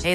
Hey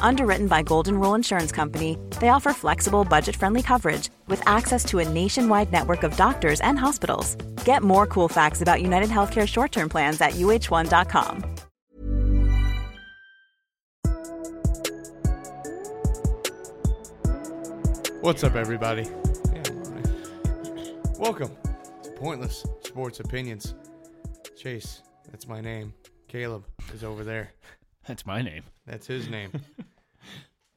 Underwritten by Golden Rule Insurance Company, they offer flexible, budget friendly coverage with access to a nationwide network of doctors and hospitals. Get more cool facts about United Healthcare short term plans at uh1.com. What's up, everybody? Yeah, I'm all right. Welcome to Pointless Sports Opinions. Chase, that's my name. Caleb is over there. That's my name. That's his name.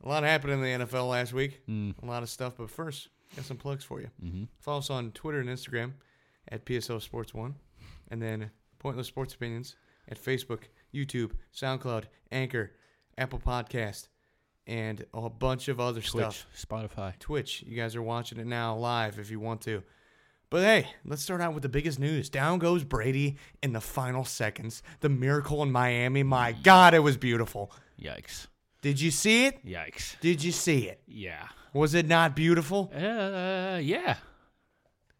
a lot happened in the NFL last week. A lot of stuff, but first, got some plugs for you. Follow us on Twitter and Instagram at PSO Sports One, and then Pointless Sports Opinions at Facebook, YouTube, SoundCloud, Anchor, Apple Podcast, and a bunch of other Twitch, stuff. Spotify. Twitch. You guys are watching it now live if you want to. But hey, let's start out with the biggest news. Down goes Brady in the final seconds. The miracle in Miami. My God, it was beautiful. Yikes. Did you see it? Yikes. Did you see it? Yeah. Was it not beautiful? Uh, yeah.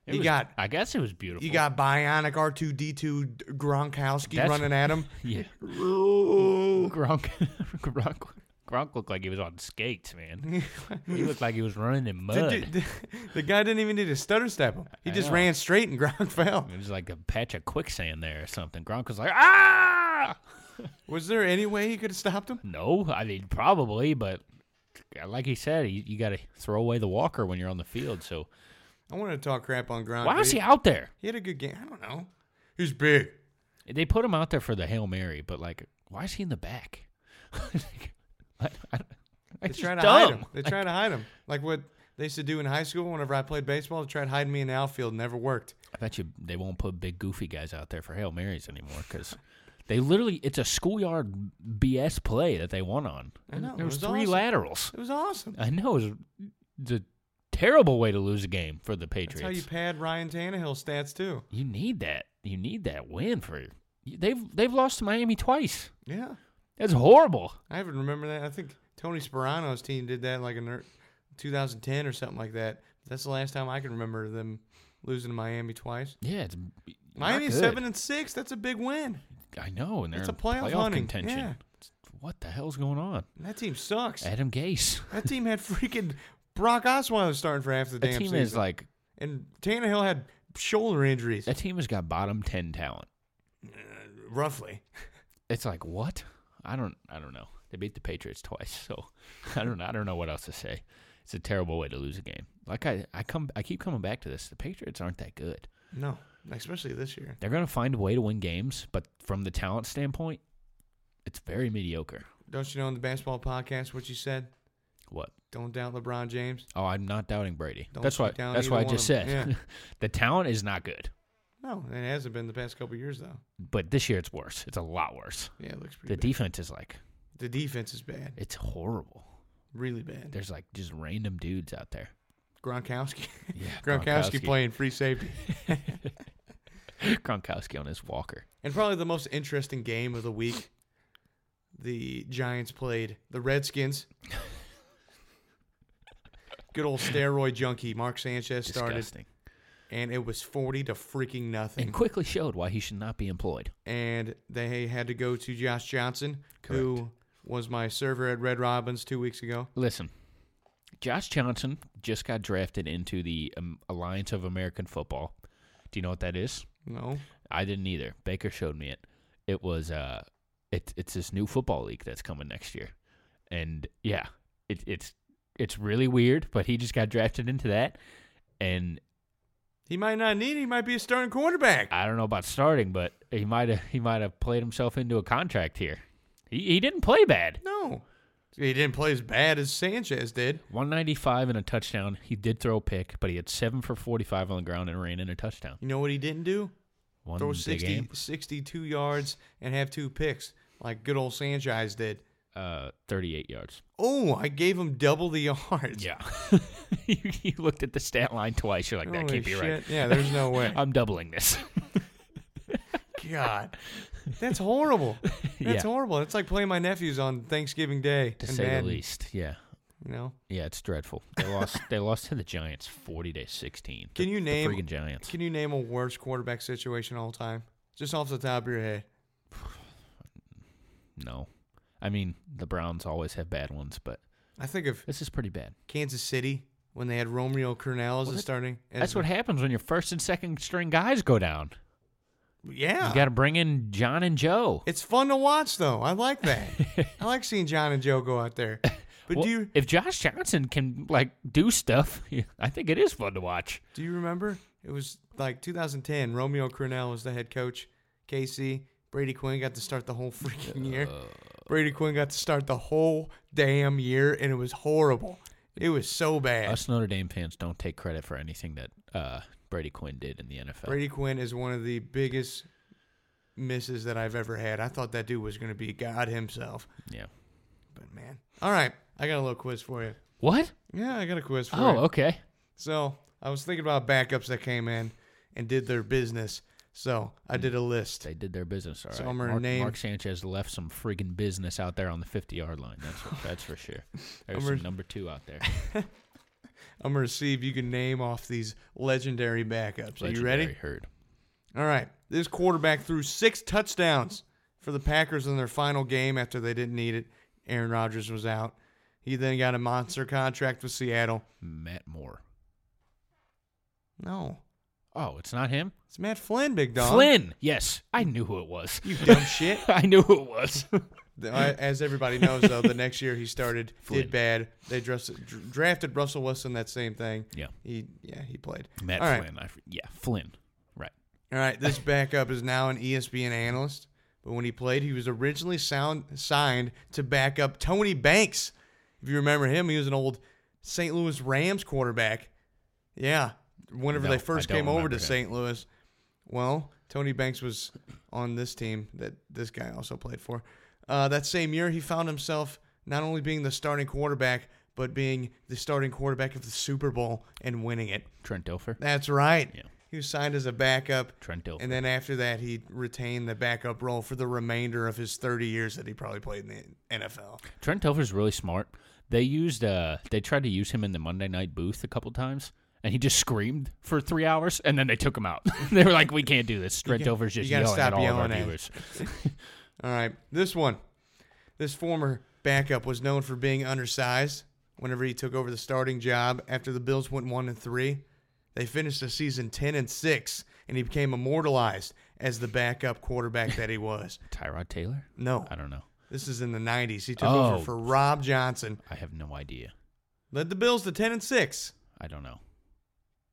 You was- got- I guess it was beautiful. You got Bionic R2D2 Gronkowski That's- running at him. Yeah. Gronk. Gronk. Gronk looked like he was on skates, man. he looked like he was running in mud. Dude, the, the guy didn't even need to stutter step him. He I just know. ran straight and Gronk fell. It was like a patch of quicksand there or something. Gronk was like, ah! Was there any way he could have stopped him? No, I mean, probably, but like he said, you, you got to throw away the walker when you're on the field. So I wanted to talk crap on Gronk. why but was he out there? He had a good game. I don't know. He's big. They put him out there for the Hail Mary, but like, why is he in the back? like, I, I, They it's try to just hide dumb. him. They try to hide him. Like what they used to do in high school whenever I played baseball, they tried hiding me in the outfield. Never worked. I bet you they won't put big goofy guys out there for Hail Marys anymore because they literally, it's a schoolyard BS play that they won on. I know, it there was, was three awesome. laterals. It was awesome. I know it was the terrible way to lose a game for the Patriots. That's how you pad Ryan Tannehill's stats too. You need that. You need that win for. They've they've lost to Miami twice. Yeah. That's horrible. I even remember that. I think Tony Sperano's team did that like in er- 2010 or something like that. That's the last time I can remember them losing to Miami twice. Yeah, it's not Miami's good. seven and six. That's a big win. I know, and they're It's a in playoff hunting, contention. yeah. What the hell's going on? And that team sucks. Adam Gase. That team had freaking Brock Osweiler starting for half the That damn team season. is like and Tannehill had shoulder injuries. that team has got bottom ten talent. roughly. It's like what? I don't I don't know. They beat the Patriots twice, so I don't I don't know what else to say. It's a terrible way to lose a game. Like I, I come I keep coming back to this. The Patriots aren't that good. No, especially this year. They're gonna find a way to win games, but from the talent standpoint, it's very mediocre. Don't you know in the basketball podcast what you said? What? Don't doubt LeBron James. Oh, I'm not doubting Brady. Don't that's why. shoot down That's either why I one of just them. said Yeah. the talent is not good, No, it hasn't been the past couple years though. but this year it's worse. It's a lot worse. Yeah, it looks pretty. The bad. defense is like the defense is bad, it's horrible. really bad. There's like just random dudes out there. Gronkowski. Yeah, Gronkowski, Gronkowski. playing free safety. Gronkowski on his walker. and probably the most interesting game of the week. The Giants played the Redskins. Good old steroid junkie Mark Sanchez started, Disgusting. and it was forty to freaking nothing. And quickly showed why he should not be employed. and they had to go to Josh Johnson, who was my server at Red Robins two weeks ago. Listen, Josh Johnson just got drafted into the um, Alliance of American Football. Do you know what that is? No, I didn't either. Baker showed me it. It was uh, it, it's this new football league that's coming next year, and yeah, it, it's it's really weird. But he just got drafted into that, and he might not need. He might be a starting quarterback. I don't know about starting, but he might have he might have played himself into a contract here. He he didn't play bad. No, he didn't play as bad as Sanchez did. 195 and a touchdown. He did throw a pick, but he had seven for 45 on the ground and ran in a touchdown. You know what he didn't do? One Throw the 60, game. 62 yards and have two picks like good old Sanchez did. uh, 38 yards. Oh, I gave him double the yards. Yeah. you, you looked at the stat line twice. You're like, that Holy can't be right. shit. Yeah, there's no way. I'm doubling this. God, that's horrible. That's Yeah. horrible. That's like playing my nephews on Thanksgiving Day. to in say the Madden, least. Yeah. You know? Yeah, it's dreadful. They lost they lost to the Giants 40 to 16. The- Can you name the freaking Giants? Can you name a worse quarterback situation all time? Just off the top of your head. no. I mean, the Browns always have bad ones, but I think of this is pretty bad. Kansas City when they had Romeo Cornell as Well, a that- starting. As That's what happens when your first and second string guys go down. Yeah. You got to bring in John and Joe. It's fun to watch though. I like that. I like seeing John and Joe go out there. But Well, do you if Josh Johnson can like do stuff, I think it is fun to watch. do you remember? It was like 2010. Romeo Cornell was the head coach. KC Brady Quinn got to start the whole freaking year. Uh. Brady Quinn got to start the whole damn year, and it was horrible. It was so bad. Us Notre Dame fans don't take credit for anything that uh, Brady Quinn did in the NFL. Brady Quinn is one of the biggest misses that I've ever had. I thought that dude was going to be God himself, Yeah. but man. All right, I got a little quiz for you. What? Yeah, I got a quiz for you. Oh, okay. So I was thinking about backups that came in and did their business. So I did a list. They did their business. All right. So I'm gonna Mark, name- Mark Sanchez left some friggin' business out there on the 50 yard line. That's that's for sure. There's I'm some gonna- number two out there. I'm gonna see if you can name off these legendary backups. Are you Legendary ready? Herd. All right. This quarterback threw six touchdowns for the Packers in their final game after they didn't need it. Aaron Rodgers was out. He then got a monster contract with Seattle. Matt Moore. No. Oh, it's not him. It's Matt Flynn, big dog. Flynn. Yes, I knew who it was. You dumb shit. I knew who it was. The- I- As everybody knows, though, the next year he started, Flynn. did bad. They dressed, dr- drafted Russell Wilson, that same thing. yeah, He, yeah, he played. Matt All right. Flynn. I f yeah, Flynn. Right. All right, this backup is now an E ESPN analyst, but when he played, he was originally sound, signed to back up Tony Banks. If you remember him, he was an old St. Louis Rams quarterback. Yeah, whenever No, they first I don't came over remember to him. St. Louis. Well, Tony Banks was on this team that this guy also played for. Uh, that same year, he found himself not only being the starting quarterback, but being the starting quarterback of the Super Bowl and winning it. Trent Dilfer. That's right. Yeah. He was signed as a backup. Trent Dilfer. And then after that, he retained the backup role for the remainder of his 30 years that he probably played in the NFL. Trent Dilfer's really smart. They used uh they tried to use him in the Monday night booth a couple times and he just screamed for three hours and then they took him out. they were like, We can't do this. Trent gotta- Dilfer's just you gotta yelling at stop all yelling at of our him. viewers. All right. This one. This former backup was known for being undersized whenever he took over the starting job after the Bills went 1 and 3. They finished the season 10 and 6 and he became immortalized as the backup quarterback that he was. Tyrod Taylor? No. I don't know. This is in the 90s. He took Oh. over for Rob Johnson. I have no idea. Led the Bills to 10 and 6. I don't know.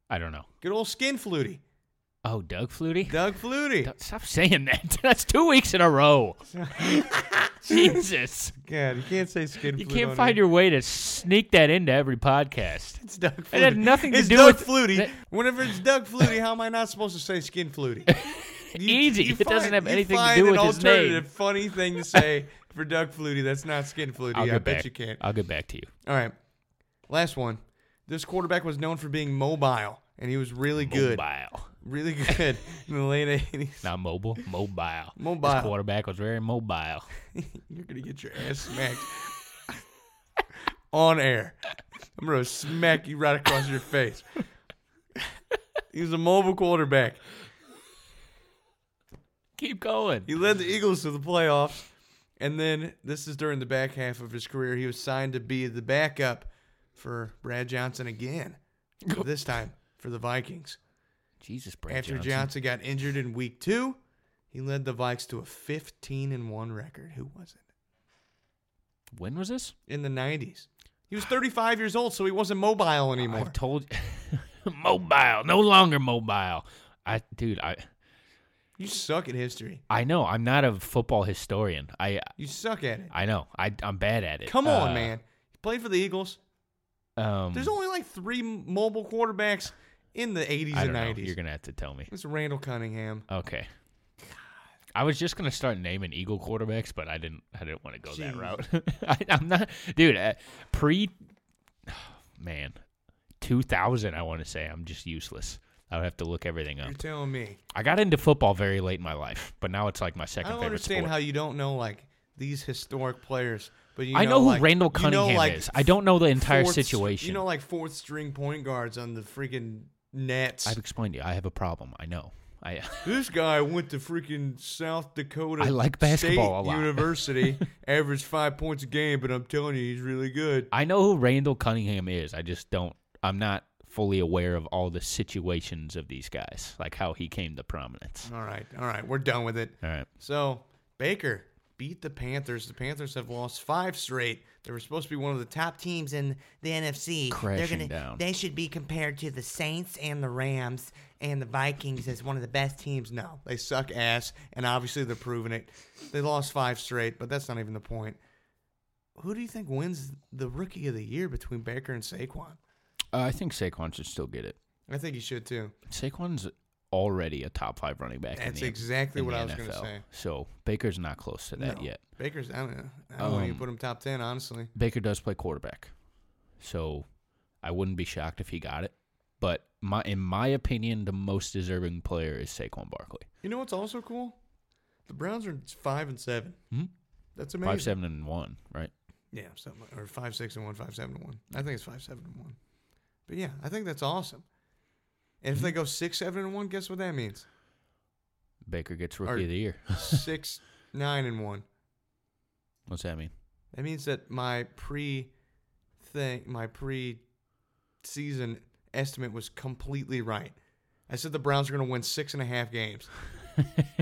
I don't know. Good old skin flutie. Oh, Doug Flutie? Doug Flutie. Don't- Stop saying that. That's two weeks in a row. Jesus. God, you can't say skin. You flute can't on find here. your way to sneak that into every podcast. It's Doug. Flutie. It had nothing to it's do Doug with- Flutie. that- Whenever it's Doug Flutie, how am I not supposed to say skin Flutie? You- Easy. you It doesn't have you anything to find do an with his name. alternative Funny thing to say for Doug Flutie. That's not skin Flutie. I'll I get bet back. you can't. I'll get back to you. All right, last one. This quarterback was known for being mobile, and he was really good, Mobile. really good in the late '80s. Not mobile, mobile. Mobile. His quarterback was very mobile. You're gonna get your ass smacked on air. I'm gonna smack you right across your face. He's a mobile quarterback. Keep going. He led the Eagles to the playoffs, and then this is during the back half of his career. He was signed to be the backup for Brad Johnson again, but this time for the Vikings. Jesus, Brad After Johnson. Johnson got injured in week two, he led the Vikes to a 15 and 1 record. Who was it? When was this? In the 90s. He was 35 years old, so he wasn't mobile anymore. I've told you. mobile, no longer mobile. I, dude, I, you suck at history. I know I'm not a football historian. I, You suck at it. I know I, I'm bad at it. Come on, Uh, man. He played for the Eagles. Um, There's only like three mobile quarterbacks in the 80s I and don't know. 90s. You're gonna have to tell me. It's Randall Cunningham. Okay. I was just gonna start naming Eagle quarterbacks, but I didn't. I didn't want to go that Jeez. route. I, I'm not, dude. Uh, pre, man, 2000. I want to say I'm just useless. I would have to look everything up. You're telling me. I got into football very late in my life, but now it's like my I second don't favorite understand sport. how you don't know like these historic players, but you I know who like- Randall you know, Cunningham like, is. I don't know the entire fourth- situation. You know, like fourth string point guards on the freaking Nets. I've explained to you. I have a problem. I know. I this guy went to freaking South Dakota. I like basketball State a lot. University averaged five points a game, but I'm telling you, he's really good. I know who Randall Cunningham is. I just don't. I'm not fully aware of all the situations of these guys, like how he came to prominence. All right, all right, we're done with it. All right. So Baker beat the Panthers. The Panthers have lost five straight. They were supposed to be one of the top teams in the NFC. Crashing down. They should be compared to the Saints and the Rams and the Vikings as one of the best teams. No, they suck ass, and obviously they're proving it. They lost five straight, but that's not even the point. Who do you think wins the Rookie of the Year between Baker and Saquon? Uh, I think Saquon should still get it. I think he should too. Saquon's already a top five running back. in That's the- exactly in what the I was gonna NFL. say. So Baker's not close to that No. yet. Baker's. I don't, know. I don't know. You Um, put him top ten, honestly. Baker does play quarterback, so I wouldn't be shocked if he got it. But my, in my opinion, the most deserving player is Saquon Barkley. You know what's also cool? The Browns are five and seven. Hmm? That's amazing. Five, seven, and one, right? Yeah, something like- or five six and one, five seven and one. I think it's five seven and one. But yeah, I think that's awesome. And if they go six seven and one, guess what that means? Baker gets Or rookie of the year. six nine and one. What's that mean? That means that my pre thing, my pre season estimate was completely right. I said the Browns are going to win six and a half games.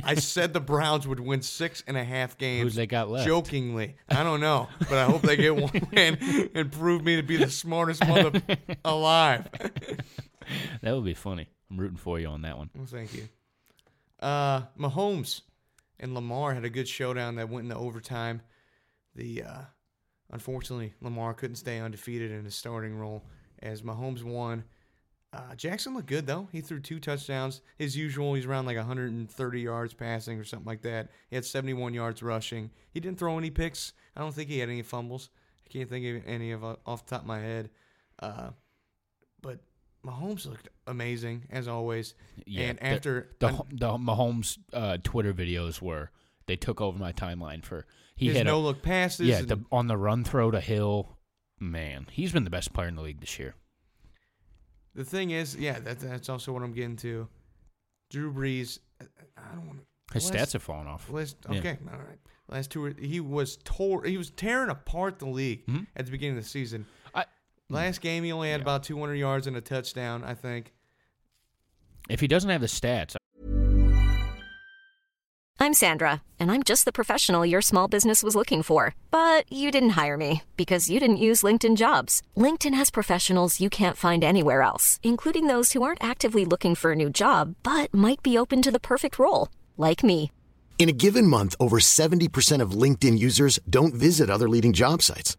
I said the Browns would win six and a half games. they got left? Jokingly, I don't know, but I hope they get one win and prove me to be the smartest mother alive. That would be funny. I'm rooting for you on that one. Well, thank you. Uh, Mahomes and Lamar had a good showdown that went into overtime. The uh, unfortunately Lamar couldn't stay undefeated in his starting role as Mahomes won. Uh, Jackson looked good though. He threw two touchdowns. As usual, he's around like 130 yards passing or something like that. He had 71 yards rushing. He didn't throw any picks. I don't think he had any fumbles. I can't think of any of uh, off the top of my head. Uh, but Mahomes looked amazing as always. and the- after the un- Ho- the Mahomes uh, Twitter videos were they took over my timeline for he his had no a, look passes, yeah and the, on the run throw to Hill. Man, he's been the best player in the league this year. The thing is, yeah, that, that's also what I'm getting to. Drew Brees, I don't want to. His Last- stats have fallen off. Last, Yeah. okay, all right. Last two, he was tore. He was tearing apart the league Mhm. at the beginning of the season. I, Last game, he only had Mm-hmm. Yeah. about 200 yards and a touchdown, I think. if he doesn't have the stats, I'm Sandra, and I'm just the professional your small business was looking for. But you didn't hire me because you didn't use LinkedIn jobs. LinkedIn has professionals you can't find anywhere else, including those who aren't actively looking for a new job but might be open to the perfect role, like me. In a given month, over 70% of LinkedIn users don't visit other leading job sites.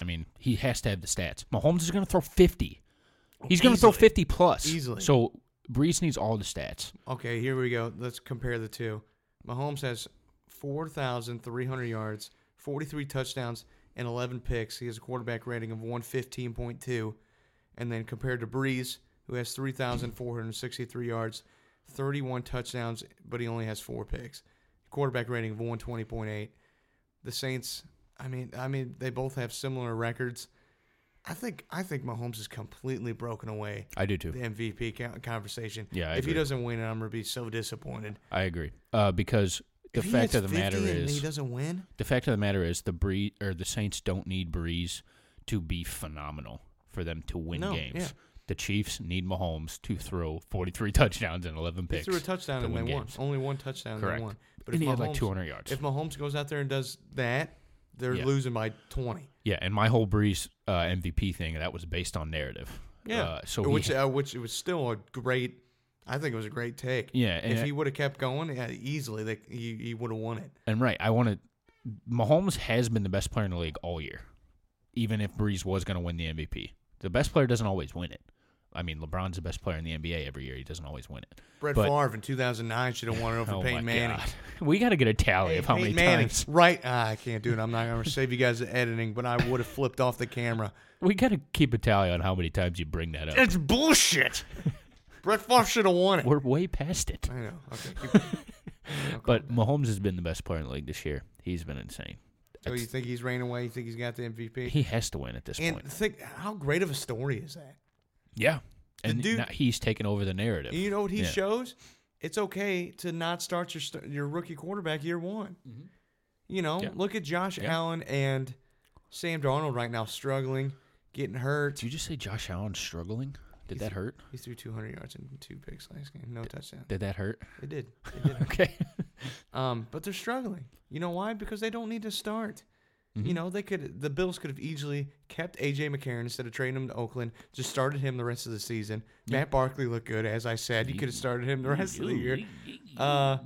I mean, he has to have the stats. Mahomes is going to throw 50. He's going to throw 50 plus. Easily. So Brees needs all the stats. Okay, here we go. Let's compare the two. Mahomes has 4,300 yards, 43 touchdowns, and 11 picks. He has a quarterback rating of 115.2. And then compared to Breeze, who has 3,463 yards, 31 touchdowns, but he only has four picks. Quarterback rating of 120.8. The Saints, I mean, I mean, they both have similar records. I think I think Mahomes is completely broken away I do too. the MVP co- conversation. Yeah, I if he agree. doesn't win, I'm gonna be so disappointed. I agree. Uh, because the If he fact hits of the matter 50 and is he doesn't win. the fact of the matter is the Bree or the Saints don't need Breeze to be phenomenal for them to win No, games. yeah. The Chiefs need Mahomes to throw 43 touchdowns and 11 He picks. threw a touchdown to and they win won. games. Only one touchdown and Correct. they won. And he had like 200 yards. If Mahomes goes out there and does that, they're Yeah. losing by 20. Yeah, and my whole Breeze uh, MVP thing that was based on narrative. uh, so he- which uh, which it was still a great. I think it was a great take. Yeah, and if I- he would have kept going, yeah, easily they, he, he would have won it. And right, I want to. Mahomes has been the best player in the league all year, even if Breeze was going to win the MVP. The best player doesn't always win it. I mean, LeBron's the best player in the NBA every year. He doesn't always win it. Brett But- Favre in 2009 should have won it over Oh Peyton my Manning. God. We got to get a tally of how Peyton many Manning, times. Right, ah, I can't do it. I'm not going to save you guys the editing, but I would have flipped off the camera. We got to keep a tally on how many times you bring that up. It's bullshit. Brett Favre should have won it. We're way past it. I know. Okay. Keep going. Oh, But Mahomes has been the best player in the league this year. He's been insane. so Oh, you That's- think he's ran away? You think he's got the MVP? he has to win at this and point. think how great of a story is that? Yeah. The And dude- now he's taken over the narrative. And you know what he Yeah. shows? It's okay to not start your st- your rookie quarterback year one. You know, Mm-hmm. Yeah. look at Josh Yeah. Allen and Sam Darnold right now struggling, getting hurt. Did you just say Josh Allen struggling? Did that hurt? He threw 200 yards and two picks last game, no touchdown. Did that hurt? It did. It did. Okay. Um, but they're struggling. You know why? Because they don't need to start. Mm-hmm. You know, they could the Bills could have easily kept AJ McCarron instead of trading him to Oakland, just started him the rest of the season. Matt Barkley looked good, as I said. You could have started him the rest of the year. Uh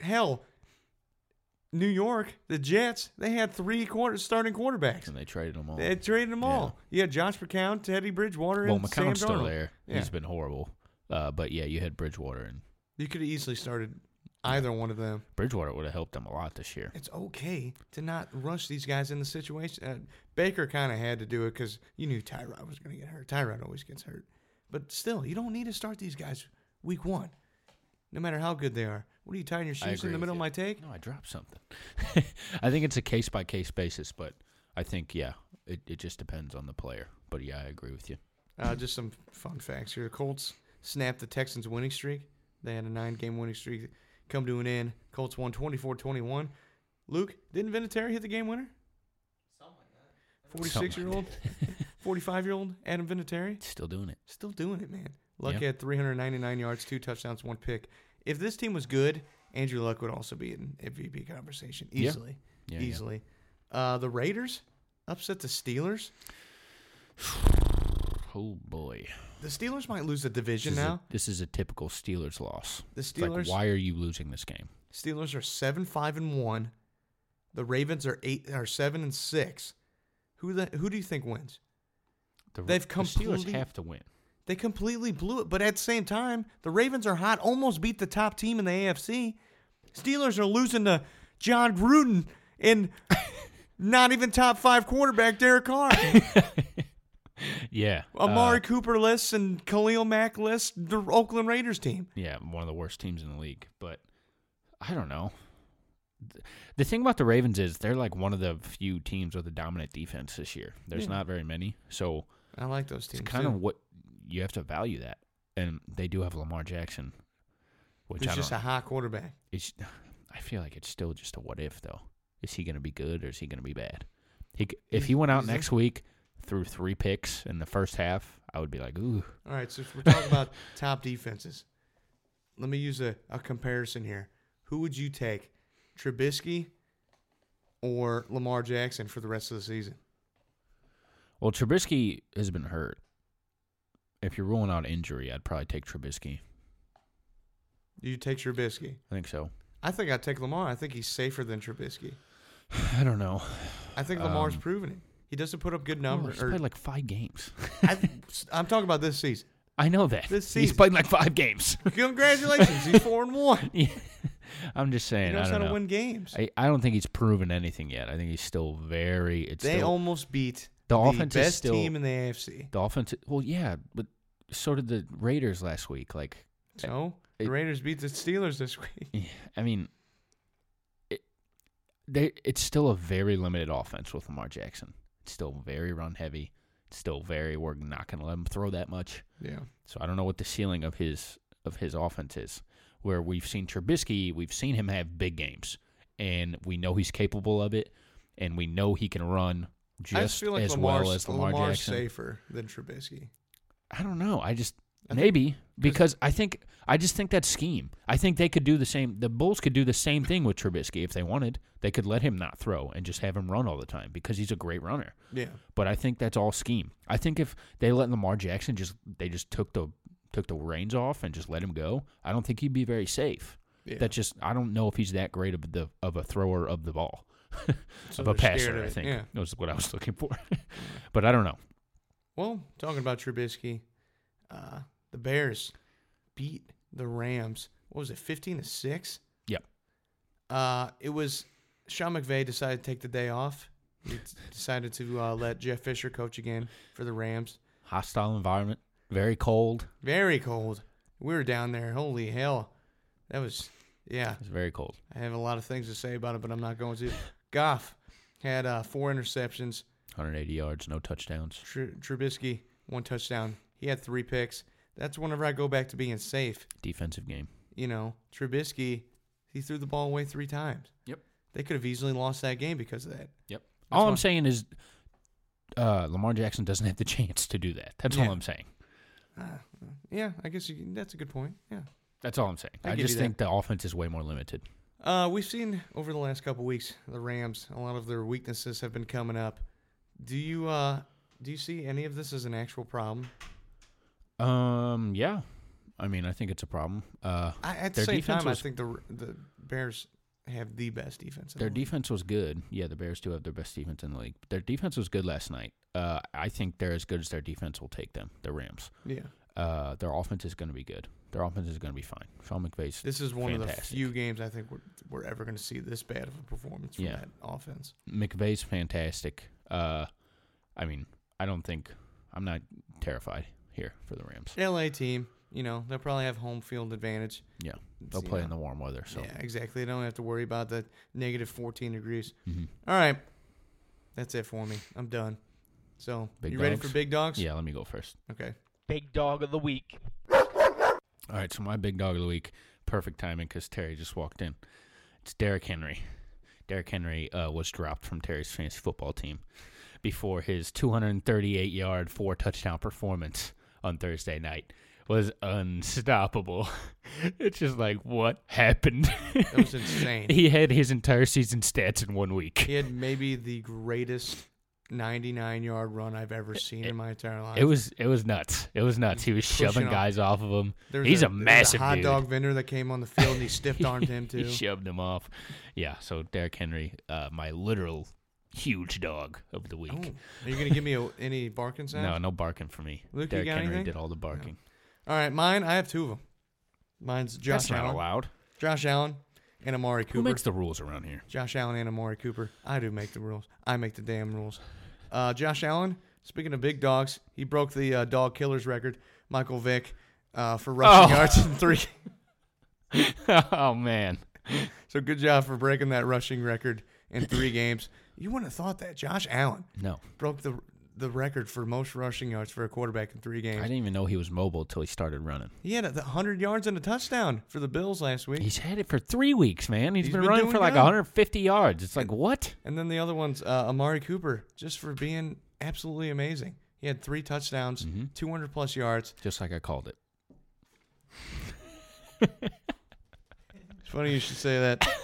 hell. New York, the Jets, they had three quarter starting quarterbacks. and they traded him all. They traded them all. Yeah, Josh McCown, Teddy Bridgewater, well, and Sam McCown's still Darnold. there. Yeah. He's been horrible. Uh, but yeah, you had Bridgewater, and you could have easily started either one of them. Bridgewater would have helped them a lot this year. it's okay to not rush these guys in the situation. Uh, Baker kind of had to do it because you knew Tyrod was going to get hurt. Tyrod always gets hurt, but still, you don't need to start these guys week one, no matter how good they are. What are you tying your I shoes in agree the with middle of you. my take? No, I dropped something. I think it's a case by case basis, but I think yeah, it, it just depends on the player. But yeah, I agree with you. Uh, just some fun facts here. The Colts snapped the Texans' winning streak. They had a nine-game winning streak come to an end. Colts won 24-21. Luke, didn't Vinatieri hit the game winner? Something like 46-year-old, that. 45-year-old Adam Vinatieri? Still doing it. Still doing it, man. Luck Yeah. had 399 yards, two touchdowns, one pick. If this team was good, Andrew Luck would also be in MVP conversation Yeah. easily, Yeah, yeah. easily. Uh, the Raiders upset the Steelers. Oh boy, The Steelers might lose the this division is, now. a, this is a typical Steelers loss. The It's like, Steelers- why are you losing this game? Steelers are seven five and one. The Ravens are eight are seven and six. Who the, who do you think wins? The, They've the Steelers complete- have to win. They completely blew it, but at the same time, the Ravens are hot, almost beat the top team in the AFC. Steelers are losing to John Gruden and not even top five quarterback Derek Carr. Yeah, Amari uh, Cooper list and Khalil Mack list, the Oakland Raiders team. yeah, one of the worst teams in the league. But I don't know. Th- The thing about the Ravens is they're like one of the few teams with a dominant defense this year. There's Yeah. not very many, so I like those it's teams. kind too. of what you have to value that. And they do have Lamar Jackson, which Who's I don't. just a hot quarterback. it's, I feel like it's still just a what if though. Is he going to be good or is he going to be bad? He, c- if he went out He's- next week, threw three picks in the first half, I would be like, ooh, All right, so if we're talking about top defenses, let me use a, a comparison here. Who would you take, Trubisky or Lamar Jackson for the rest of the season? Well, Trubisky has been hurt. If you're ruling out injury, I'd probably take Trubisky. Do you take Trubisky? I think so. I think I'd take Lamar. I think he's safer than Trubisky. I don't know. I think Lamar's Um, proven it. He doesn't put up good Well, numbers. he's or- played like five games. I, I'm talking about this season. I know that. This he's season. played like five games. Congratulations, he's four and one. Yeah. I'm just He saying. knows how I don't to know. win games. I, I don't think he's proven anything yet. I think he's still very. It's they still, almost beat The the, offense is best still- team in the AFC. the offense. Well, yeah, but so did the Raiders last week. Like, So it- the Raiders beat the Steelers this week. Yeah, I mean, it, they, it's still a very limited offense with Lamar Jackson. It's still very run heavy. It's still very we're not going to let him throw that much. Yeah. So I don't know what the ceiling of his of his offense is. Where we've seen Trubisky, we've seen him have big games, and we know he's capable of it, and we know he can run I just just feel like as Lamar's, well as Lamar Lamar's Jackson. safer than Trubisky. I don't know. I just I think- maybe because I think I just think that scheme. I think they could do the same. The Bulls could do the same thing with Trubisky if they wanted. They could let him not throw and just have him run all the time because he's a great runner. Yeah. But I think that's all scheme. I think if they let Lamar Jackson just they just took the took the reins off and just let him go, I don't think he'd be very safe. yeah. That's just I don't know if he's that great of the of a thrower of the ball. So of a they're scared passer, of I it, think. yeah. That was what I was looking for. but I don't know. Well, talking about Trubisky, uh, the Bears beat the Rams. What was it, fifteen to six? Yep. Uh, it was Sean McVay decided to take the day off. He t- decided to uh, let Jeff Fisher coach again for the Rams. Hostile environment, very cold. Very cold. We were down there. Holy hell, that was yeah. It's very cold. I have a lot of things to say about it, but I'm not going to. Goff had uh, four interceptions. 180 yards, no touchdowns. Tr- Trubisky one touchdown. He had three picks. That's whenever I go back to being safe. Defensive game. You know, Trubisky, he threw the ball away three times. Yep. They could have easily lost that game because of that. Yep. all That's I'm why- saying is uh, Lamar Jackson doesn't have the chance to do that. That's all Yeah. I'm saying. Yeah, I guess you, can- that's a good point. Yeah. That's all I'm saying. I I, give just you that. think the offense is way more limited. Uh, we've seen over the last couple weeks the Rams. A lot of their weaknesses have been coming up. Do you uh do you see any of this as an actual problem? Um, yeah. I mean, I think it's a problem. Uh, I, at the their same defense time, was I think the the Bears have the best defense. in their the league. defense was good. Yeah, the Bears do have their best defense in the league. Their defense was good last night. Uh, I think they're as good as their defense will take them. The Rams. Yeah. Uh, their offense is going to be good. Their offense is going to be fine. Sean McVay's This is one of the fantastic. few games I think we're, we're ever going to see this bad of a performance from Yeah. that offense. McVeigh's fantastic. Uh, I mean, I don't think I'm not terrified here for the Rams. LA team, you know, they'll probably have home field advantage. Yeah, they'll See, play uh, in the warm weather. So Yeah, exactly. They don't have to worry about the negative 14 degrees. Mm-hmm. All right. That's it for me. I'm done. So, Big you ready dogs? for big dogs? yeah, let me go first. Okay. Big dog of the week. All right, so my big dog of the week, perfect timing because Terry just walked in. It's Derrick Henry. Derrick Henry uh, was dropped from Terry's fantasy football team before his 238 yard, four touchdown performance on Thursday night was unstoppable. it's just like, what happened? That was insane. he had his entire season stats in one week. he had maybe the greatest 99 yard run I've ever seen in my entire life. It was it was nuts. It was nuts. He was Pushing shoving on. guys off of him. There was He's a, there was massive hot dude. dog vendor that came on the field and he stiffed armed him he too. shoved him off. Yeah. So Derrick Henry, uh, my literal huge dog of the Oh. week. Are you going to give me a, any barking sounds? No, no barking for me. Luke, you Derrick got Henry anything? did all the barking. All right, mine. I have two of them. Mine's Josh That's not Allen, allowed. Josh Allen, and Amari Who Cooper. makes the rules around here? Josh Allen and Amari Cooper. I do make the rules. I make the damn rules. Uh, Josh Allen. Speaking of big dogs, he broke the uh, dog killers record. Michael Vick uh, for rushing Oh. yards in three. oh man. So good job for breaking that rushing record in three games. You wouldn't have thought that Josh Allen No. broke the the record for most rushing yards for a quarterback in three I games. didn't even know he was mobile till he started running. He had a 100 yards and a touchdown for the Bills last week. He's had it for three weeks, man. He's he's been, been running doing for like good. 150 yards. It's like what? And then the other one's uh, Amari Cooper, just for being absolutely amazing. He had three touchdowns, Mm-hmm. 200 plus yards. Just like I called it. It's funny you should say that.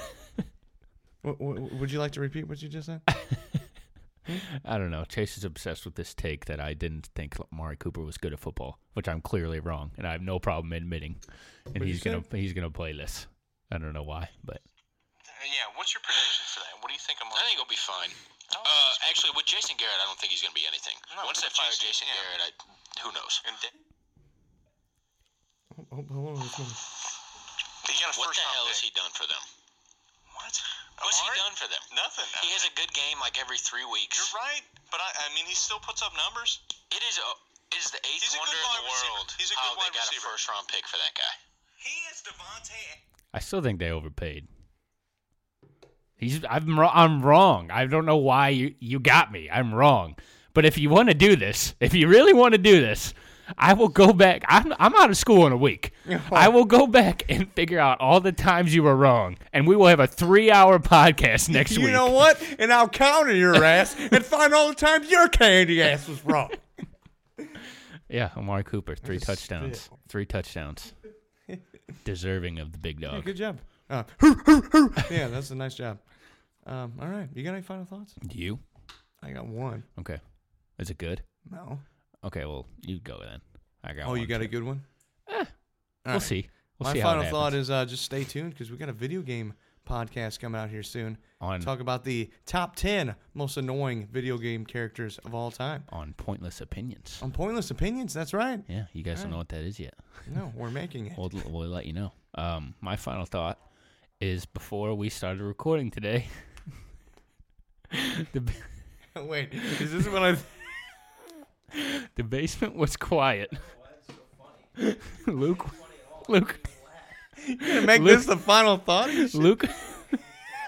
W- w- would you like to repeat what you just said? I don't know. Chase is obsessed with this take that I didn't think Amari Cooper was good at football, which I'm clearly wrong, and I have no problem admitting. And What'd you he's gonna say? he's gonna play this. I don't know why, but Uh, yeah, what's your prediction for that? What do you think? I think he'll be fine. Uh, actually, with Jason Garrett, I don't think he's going to be anything. Once they fire Jason, Garrett, I, who knows? Hold- hold on, let's go. what the hell has he done for them? What? What's he done for them? Nothing. He has a good game like every three weeks. You're right, but I, I mean, he still puts up numbers. It is a, it is the eighth He's a good wonder in the wide receiver. world. He's a how good they wide got receiver. a first round pick for that guy. He is Devontae. I still think they overpaid. He's I'm wrong. I'm wrong. I don't know why you you got me. I'm wrong. But if you want to do this, if you really want to do this, I will go back. I'm I'm out of school in a week. I will go back and figure out all the times you were wrong, and we will have a three-hour podcast next you week. know what? And I'll counter your ass and find all the time your candy ass was wrong. Yeah, Amari Cooper, three Just touchdowns. spit. Three touchdowns. Deserving of the big Yeah, dog. good job. Uh, yeah, that's a nice job. Um, all right. You got any final thoughts? You? I got one. Okay. Is it good? No. Okay, well, you go then. I got oh, you one, got a too. good one? We'll right. see. We'll My see final how it thought happens. is uh, just stay tuned because we got a video game podcast coming out here soon. On- talk about the top ten most annoying video game characters of all time. on pointless opinions. On pointless opinions, that's right. Yeah, you guys don't Oh. know Alright. what that is yet. No, we're making it. We'll, we'll let you know. Um, my final thought is before we started recording today, the, b- Wait, is this what I? the basement was quiet. Luke, Luke, Make Luke- this the final thought. Luke,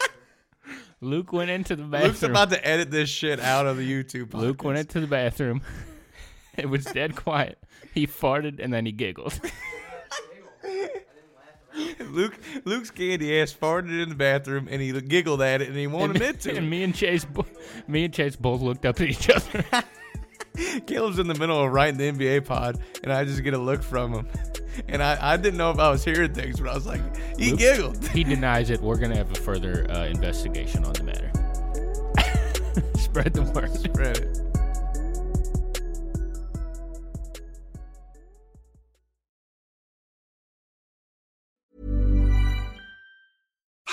Luke went into the bathroom. Luke's about to edit this shit out of the YouTube. Podcast. Luke went into the bathroom. It was dead quiet. He farted and then he giggled. Luke Luke's candy ass farted in the bathroom and he giggled at it and he won't and, admit to and it. me and Chase, bo- me and Chase both looked up at each other. Caleb's in the middle of writing the NBA pod and I just get a look from him. And I, I didn't know if I was hearing things, but I was like, he Luke- giggled. He denies it. We're gonna have a further uh, investigation on the matter. Spread the word. Read it.